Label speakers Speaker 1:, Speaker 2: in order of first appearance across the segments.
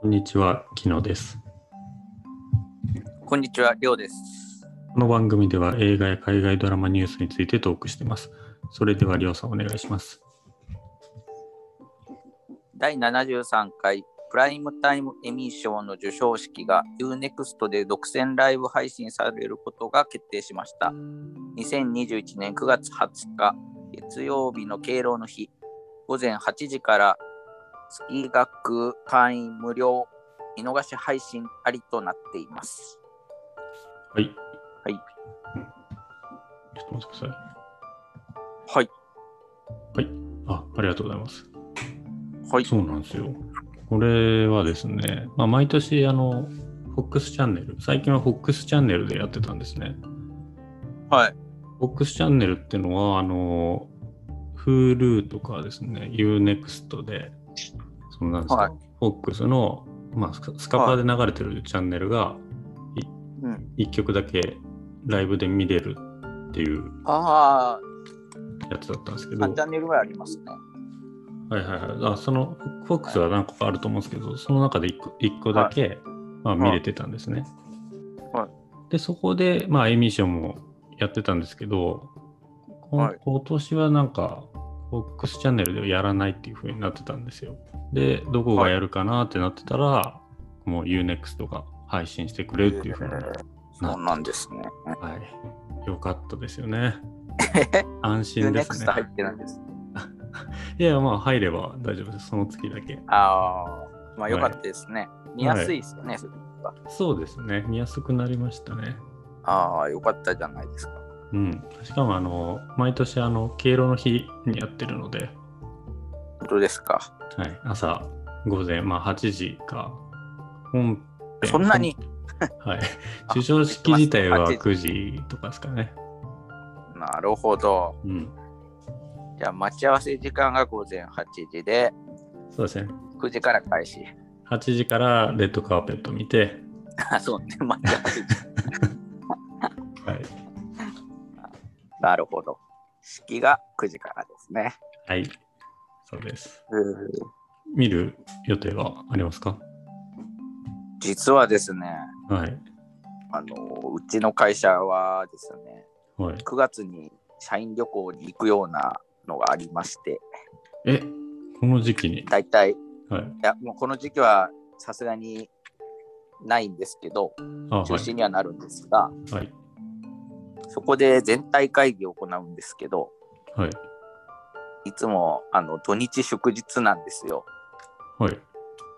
Speaker 1: こんにちは、木野です。
Speaker 2: こんにちは、りょうです。
Speaker 1: この番組では映画や海外ドラマニュースについてトークしています。それでは、りょうさんお願いします。
Speaker 2: 第73回プライムタイムエミー賞の授賞式が UNEXT で独占ライブ配信されることが決定しました。2021年9月20日、月曜日の敬老の日、午前8時から月額会員無料見逃し配信ありとなっています。
Speaker 1: はい。
Speaker 2: はい。
Speaker 1: ちょっと待ってください。
Speaker 2: はい。
Speaker 1: あ、ありがとうございます。
Speaker 2: はい。
Speaker 1: そうなんですよ。これはですね、まあ、毎年、あの、FOX チャンネル、最近は FOX チャンネルでやってたんですね。
Speaker 2: はい。
Speaker 1: FOX チャンネルっていうのは、あの、Hulu とかですね、Unext で、そのなんですか、
Speaker 2: はい
Speaker 1: FOX の、まあ、スカスカパーで流れてるチャンネルが、
Speaker 2: うん、
Speaker 1: 1曲だけライブで見れるっていう
Speaker 2: あ
Speaker 1: やつだったんですけ
Speaker 2: あ、
Speaker 1: ど、
Speaker 2: 3チャンネルぐらいありますね。
Speaker 1: はいはいはい。あその、フォックスは何個かあると思うんですけど、その中で1個 ,1 個だけ、まあ、見れてたんですね。
Speaker 2: は
Speaker 1: で、そこで、まあ、エミー賞もやってたんですけど、こん
Speaker 2: はい
Speaker 1: 今年はなんか、フォックスチャンネルではやらないっていう風になってたんですよ。で、どこがやるかなってなってたら、もう UNEXT が配信してくれるっていう風に
Speaker 2: そうなんですね。
Speaker 1: はい。よかったですよ ね。安心ですね
Speaker 2: UNEXT。入ってるんです。
Speaker 1: いや、まあ入れば大丈夫です。その月だけ。
Speaker 2: ああ、ま
Speaker 1: は
Speaker 2: あ
Speaker 1: い
Speaker 2: よかったですね。見やすいですよね、それは
Speaker 1: そうですね。見やすくなりましたね。
Speaker 2: ああ、よかったじゃないですか。
Speaker 1: うん。しかも、あの、毎年、あの、敬老の日にやってるので、
Speaker 2: 本当ですか。
Speaker 1: はい、朝、午前、まあ8時か、本編。
Speaker 2: そんなに、
Speaker 1: はい。
Speaker 2: あ
Speaker 1: 授賞式自体は
Speaker 2: 8
Speaker 1: 9
Speaker 2: 時
Speaker 1: 時とかですかね。
Speaker 2: なるほど。
Speaker 1: うん。
Speaker 2: じゃあ、待ち合わせ時間が午前8時で、
Speaker 1: そうですね。
Speaker 2: 9時から開始。
Speaker 1: 8時からレッドカーペット見て、
Speaker 2: あそうね、待ち合わせ 時間。
Speaker 1: はい。
Speaker 2: なるほど。式が9時からですね。
Speaker 1: はい。そうです。
Speaker 2: うん
Speaker 1: 見る予定はありますか
Speaker 2: 実はですね、
Speaker 1: はい。
Speaker 2: あの、うちの会社はですね、
Speaker 1: はい。
Speaker 2: 9月に社員旅行に行くようなのがありまして、
Speaker 1: え、この時期に。
Speaker 2: だいたい
Speaker 1: はい。
Speaker 2: いや、もうこの時期はさすがにないんですけど、
Speaker 1: あ、は
Speaker 2: 中止
Speaker 1: い。
Speaker 2: にはなるんですが、
Speaker 1: はい。
Speaker 2: そこで全体会議を行うんですけど、
Speaker 1: はい。
Speaker 2: いつもあの土日祝日なんですよ。
Speaker 1: はい。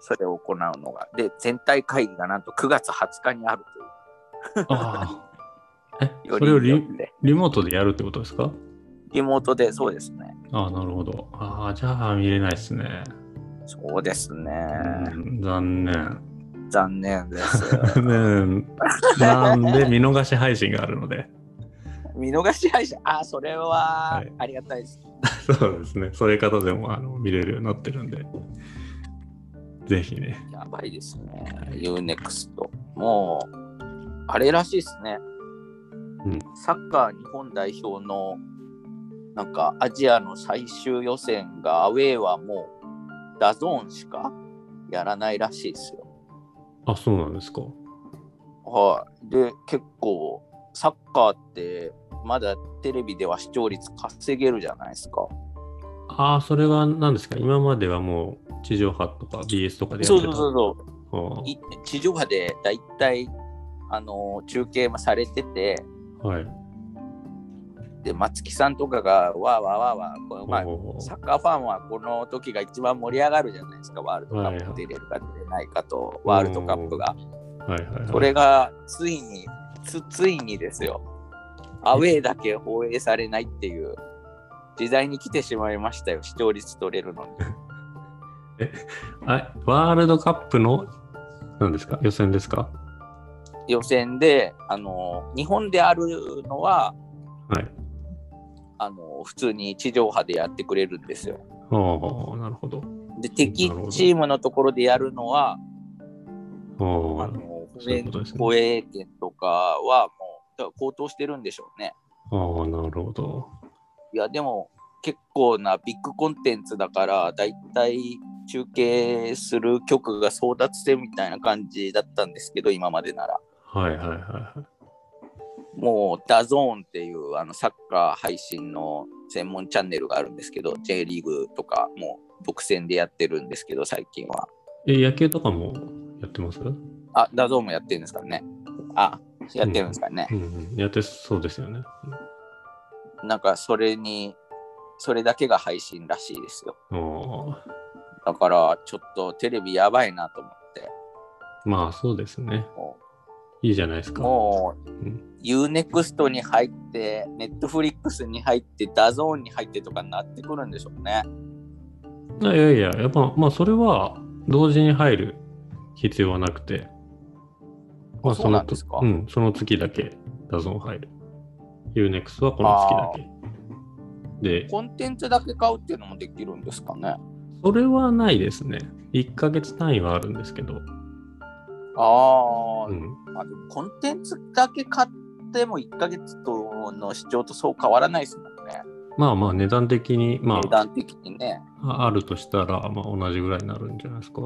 Speaker 2: それを行うのが。で、全体会議がなんと9月20日にある
Speaker 1: ああ。え、
Speaker 2: という。
Speaker 1: それを
Speaker 2: より
Speaker 1: リ
Speaker 2: によって
Speaker 1: リモートでやるってことですか
Speaker 2: リモートで、そうですね。
Speaker 1: ああ、なるほど。ああ、じゃあ見れないですね。
Speaker 2: そうですね。
Speaker 1: うん残念。
Speaker 2: 残 念です。
Speaker 1: 残念。なんで見逃し配信があるので。
Speaker 2: 見逃し配信、あ、それは
Speaker 1: はい
Speaker 2: ありがたいです。
Speaker 1: そうですね。そういう方でもあの見れるようになってるんで。ぜひね。
Speaker 2: やばいですね
Speaker 1: は。い
Speaker 2: UNEXT。もう、あれらしいですね。
Speaker 1: うん
Speaker 2: サッカー日本代表の、なんかアジアの最終予選がアウェーはもう、ダゾーンしかやらないらしいですよ。
Speaker 1: あ、そうなんですか。
Speaker 2: はい。で、結構、サッカーって、まだテレビでは視聴率稼げるじゃないですか。
Speaker 1: ああ、それは何ですか今まではもう地上波とか BS とかでや
Speaker 2: そ
Speaker 1: っ
Speaker 2: う
Speaker 1: て
Speaker 2: そ
Speaker 1: た。
Speaker 2: うそうそう。
Speaker 1: あ
Speaker 2: い地上波でだいたいあの中継もされてて、
Speaker 1: あはい。
Speaker 2: で松木さんとかがわーわーわーわーこうまあ
Speaker 1: おー
Speaker 2: サッカーファンはこの時が一番盛り上がるじゃないですかワールドカップ出れるか出れないかとワールドカップが
Speaker 1: はいはいはい、
Speaker 2: それがついにつついにですよアウェーだけ放映されないっていう時代に来てしまいましたよ視聴率取れるのに
Speaker 1: あワールドカップの何ですか予選ですか
Speaker 2: 予選であの日本であるのは
Speaker 1: はい。
Speaker 2: あの普通に地上波でやってくれるんですよ
Speaker 1: ああ、なるほど。
Speaker 2: で敵チームのところでやるの
Speaker 1: あ
Speaker 2: は、あ
Speaker 1: あ
Speaker 2: の
Speaker 1: そういうことですね
Speaker 2: 防衛圏とかはもうだから高騰してるんでしょうね。
Speaker 1: ああ、なるほど。
Speaker 2: いやでも結構なビッグコンテンツだからだいたい中継する局が争奪戦みたいな感じだったんですけど、今までなら。
Speaker 1: はいはいはいはい。
Speaker 2: もう、ダゾーンっていうあのサッカー配信の専門チャンネルがあるんですけど、J リーグとかも独占でやってるんですけど、最近は。
Speaker 1: え、野球とかもやってますうん
Speaker 2: あ、ダゾーンもやってるんですかね。あ、やってるんですかね。
Speaker 1: うん。やってそうですよね。
Speaker 2: なんか、それに、それだけが配信らしいですよ。
Speaker 1: うんあ
Speaker 2: だから、ちょっとテレビやばいなと思って。
Speaker 1: ーまあそうですね。
Speaker 2: も
Speaker 1: いいじゃないです
Speaker 2: う
Speaker 1: か。
Speaker 2: もう
Speaker 1: うん、
Speaker 2: UNEXT に入って、Netflix に入って、ダゾーンに入ってとかになってくるんでしょうね。
Speaker 1: いやいやいや、やっぱまあそれは同時に入る必要はなくて、まあ
Speaker 2: そうなんですか
Speaker 1: そのとうん、その月だけダゾン入る。UNEX はこの月だけ。で、
Speaker 2: コンテンツだけ買うっていうのもできるんですかね。
Speaker 1: それはないですね。1ヶ月単位はあるんですけど、
Speaker 2: ああ、
Speaker 1: うん、
Speaker 2: まあでもコンテンツだけ買っても1ヶ月との視聴とそう変わらないですもんね。
Speaker 1: まあまあ値段的に、ま
Speaker 2: 値
Speaker 1: あ、
Speaker 2: 段的にね。
Speaker 1: ああるとしたら、まあ、同じぐらいになるんじゃないですか。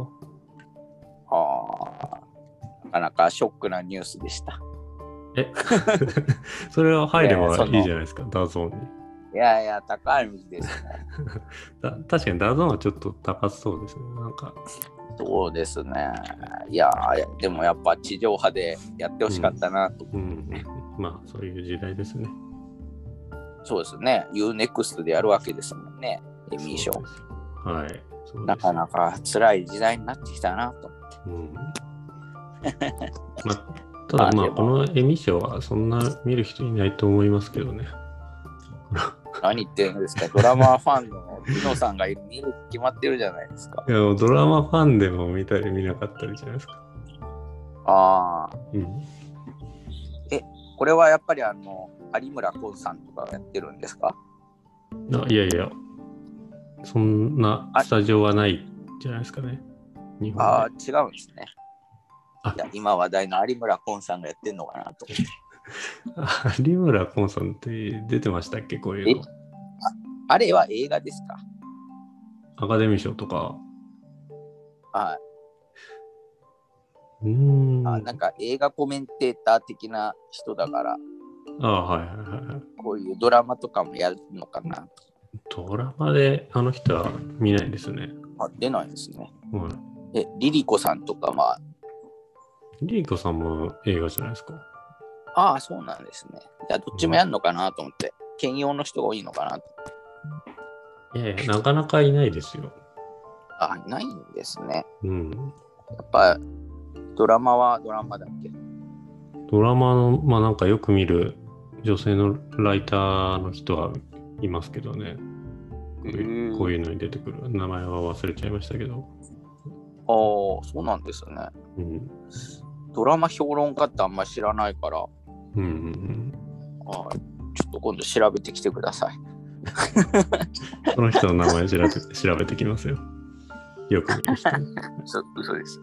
Speaker 2: ああ、なかなかショックなニュースでした。
Speaker 1: えそれは入れ
Speaker 2: いや
Speaker 1: ば
Speaker 2: そ
Speaker 1: い
Speaker 2: の
Speaker 1: いじゃないですか、ダゾーンに。
Speaker 2: いやいや、高い水ですね。
Speaker 1: だ確かにダゾーンはちょっと高そうですね。なんか、
Speaker 2: そうですね。いやー、でもやっぱ地上波でやってほしかったなと。
Speaker 1: うん、まあそういう時代ですね。
Speaker 2: そうですね。UNEXT でやるわけですもんね。エミー賞
Speaker 1: そう。ですはい。そうです
Speaker 2: なかなか辛い時代になってきたなと。
Speaker 1: うん、 まあただ
Speaker 2: まあで
Speaker 1: ま
Speaker 2: も
Speaker 1: あ、このエミ賞はそんな見る人いないと思いますけどね。
Speaker 2: 何言ってるんですかドラマーファンのピノさんがいるに決まってるじゃないですか。
Speaker 1: いや、ドラマファンでも見たり見なかったりじゃないですか。
Speaker 2: ああ。
Speaker 1: うん。
Speaker 2: これはやっぱりあの有村昆さんとかやってるんですか
Speaker 1: あいやいや、そんなスタジオはないじゃないですかね。日本
Speaker 2: ああ
Speaker 1: で
Speaker 2: 違うんですね
Speaker 1: あ。
Speaker 2: いや今話題の有村昆さんがやってるのかなと。
Speaker 1: あ有村昆さんって出てましたっけこういうの。
Speaker 2: あれは映画ですか
Speaker 1: アカデミー賞とか。
Speaker 2: は
Speaker 1: うーん。
Speaker 2: い。あ
Speaker 1: あ
Speaker 2: なんか映画コメンテーター的な人だから、
Speaker 1: あ、はいはいはいはい。
Speaker 2: こういうドラマとかもやるのかなと。
Speaker 1: ドラマであの人は見ないですね。
Speaker 2: あ出ないですね。
Speaker 1: はい。
Speaker 2: え、リリコさんとかは、
Speaker 1: リーコさんも映画じゃないですか。
Speaker 2: ああ、そうなんですね。いや、どっちもやるのかなと思って、兼用の人が多いのかなと。
Speaker 1: いやいや、なかなかいないですよ。
Speaker 2: あ、いないんですね。
Speaker 1: うん。
Speaker 2: やっぱ、ドラマはドラマだっけ
Speaker 1: ドラマの、まあなんかよく見る女性のライターの人はいますけどね。こういう
Speaker 2: うん
Speaker 1: こういうのに出てくる。名前は忘れちゃいましたけど。
Speaker 2: ああ、そうなんですね。
Speaker 1: うん。
Speaker 2: ドラマ評論家ってあんま知らないから、あ
Speaker 1: うんうん
Speaker 2: ーちょっと今度調べてきてください。
Speaker 1: うん。その人の名前調べて 調べてきますよ。よく見る人。
Speaker 2: 嘘嘘です。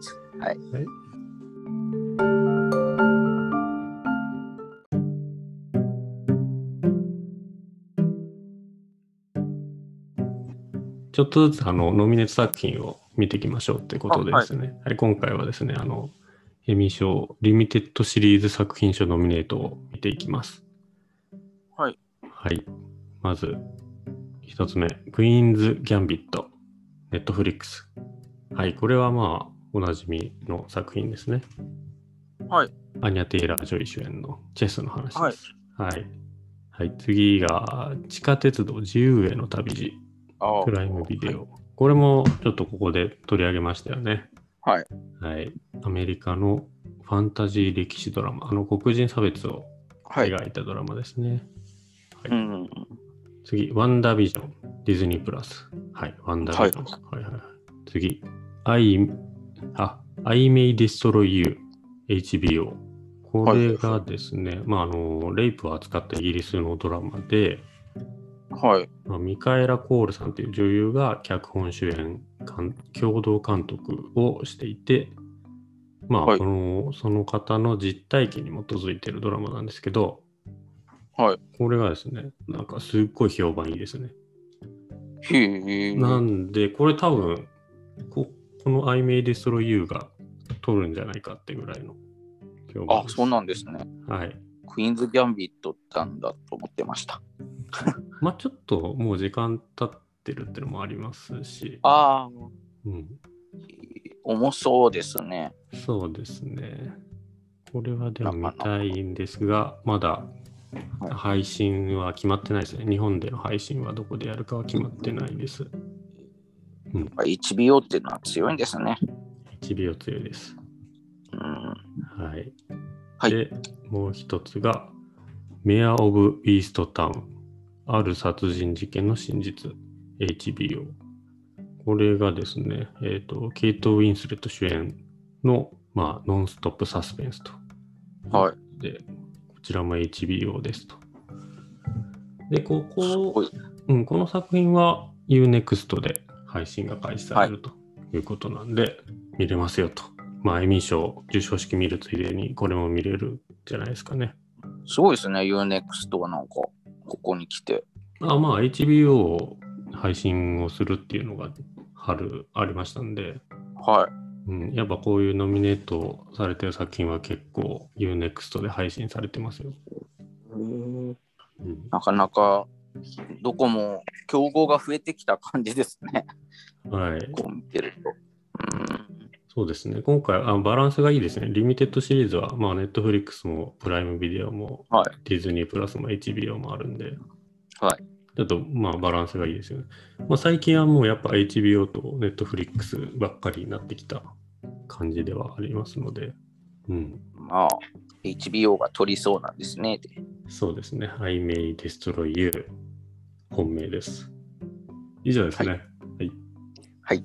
Speaker 1: ちょっとずつあのノミネート作品を見ていきましょうってことでですね、はい今回はですね、あのエミー賞リミテッドシリーズ作品賞ノミネートを見ていきます。
Speaker 2: はい。
Speaker 1: はい。まず、一つ目、クイーンズ・ギャンビット、ネットフリックス。はい、これはまあ、おなじみの作品ですね。
Speaker 2: はい。
Speaker 1: アニャ・テイラー・ジョイ主演のチェスの話です。はい。はい、次が、地下鉄道自由への旅路。
Speaker 2: ああ
Speaker 1: プライムビデオ。これもちょっとここで取り上げましたよね。
Speaker 2: はい。
Speaker 1: はい。アメリカのファンタジー歴史ドラマ、あの黒人差別を
Speaker 2: はい。
Speaker 1: 描いたドラマですね。
Speaker 2: うん。
Speaker 1: 次、ワンダービジョン、ディズニープラス。はい、ワンダービジョン。はい、はいはい。次、I、あ、I may destroy you, HBO。これがですね、まあ、あの、レイプを扱ったイギリスのドラマで、
Speaker 2: はい。
Speaker 1: まあミカエラ・コールさんという女優が脚本主演監共同監督をしていて、まあ
Speaker 2: はい
Speaker 1: このその方の実体験に基づいているドラマなんですけど、
Speaker 2: はい。
Speaker 1: これがですね、なんかすっごい評判いいですね。
Speaker 2: へえ。
Speaker 1: なんで、これ多分ここの I may destroy you が取るんじゃないかってぐらいの評
Speaker 2: あ
Speaker 1: 判、です
Speaker 2: そうなんですね。
Speaker 1: はい。
Speaker 2: クイーンズ・ギャンビットだんだと思ってました。
Speaker 1: まあちょっともう時間経ってるってのもありますし、
Speaker 2: ああ、
Speaker 1: うん、
Speaker 2: 重そうですね。
Speaker 1: そうですね。これはでも見たいんですが、まだ
Speaker 2: はい
Speaker 1: 配信は決まってないですね。日本での配信はどこでやるかは決まってないです。
Speaker 2: やっぱ HBO っていうのは強いんですね。
Speaker 1: 1秒強いです。
Speaker 2: うん、
Speaker 1: はい。
Speaker 2: はい
Speaker 1: で、もう一つが、メア・オブ・イースト・タウン。ある殺人事件の真実。HBO。これがですね、えっ、と、ケイト・ウィンスレット主演の、まあ、ノンストップサスペンスと。
Speaker 2: はい。
Speaker 1: で、こちらも HBO ですと。で、こ
Speaker 2: す
Speaker 1: こ
Speaker 2: ごい。
Speaker 1: うん、この作品は UNEXT で配信が開始されるということなんで、見れますよと。まあ、エミー賞授賞式見るついでにこれも見れるんじゃないですかね。
Speaker 2: すごいですね、UNEXT がなんか、ここに来て。
Speaker 1: あまあ、HBO を配信をするっていうのが春ありましたんで、
Speaker 2: は
Speaker 1: うん、やっぱこういうノミネートされてる作品は結構 UNEXT で配信されてますよ。
Speaker 2: い。
Speaker 1: うん、
Speaker 2: なかなか、どこも競合が増えてきた感じですね。
Speaker 1: はい。
Speaker 2: こう見てると。うん、
Speaker 1: そうですね。今回あ、バランスがいいですね。リミテッドシリーズは、まあ、Netflix もプライムビデオも、
Speaker 2: はい
Speaker 1: ディズニープラスも HBO もあるんで、
Speaker 2: はい
Speaker 1: ちょっと、まあ、バランスがいいですよね。まあ、最近はもうやっぱ HBO と Netflix ばっかりになってきた感じではありますので、うん、
Speaker 2: まあ、HBO が取りそうなんですね。で
Speaker 1: そうですね。I may destroy you 本命です。以上ですね。
Speaker 2: はい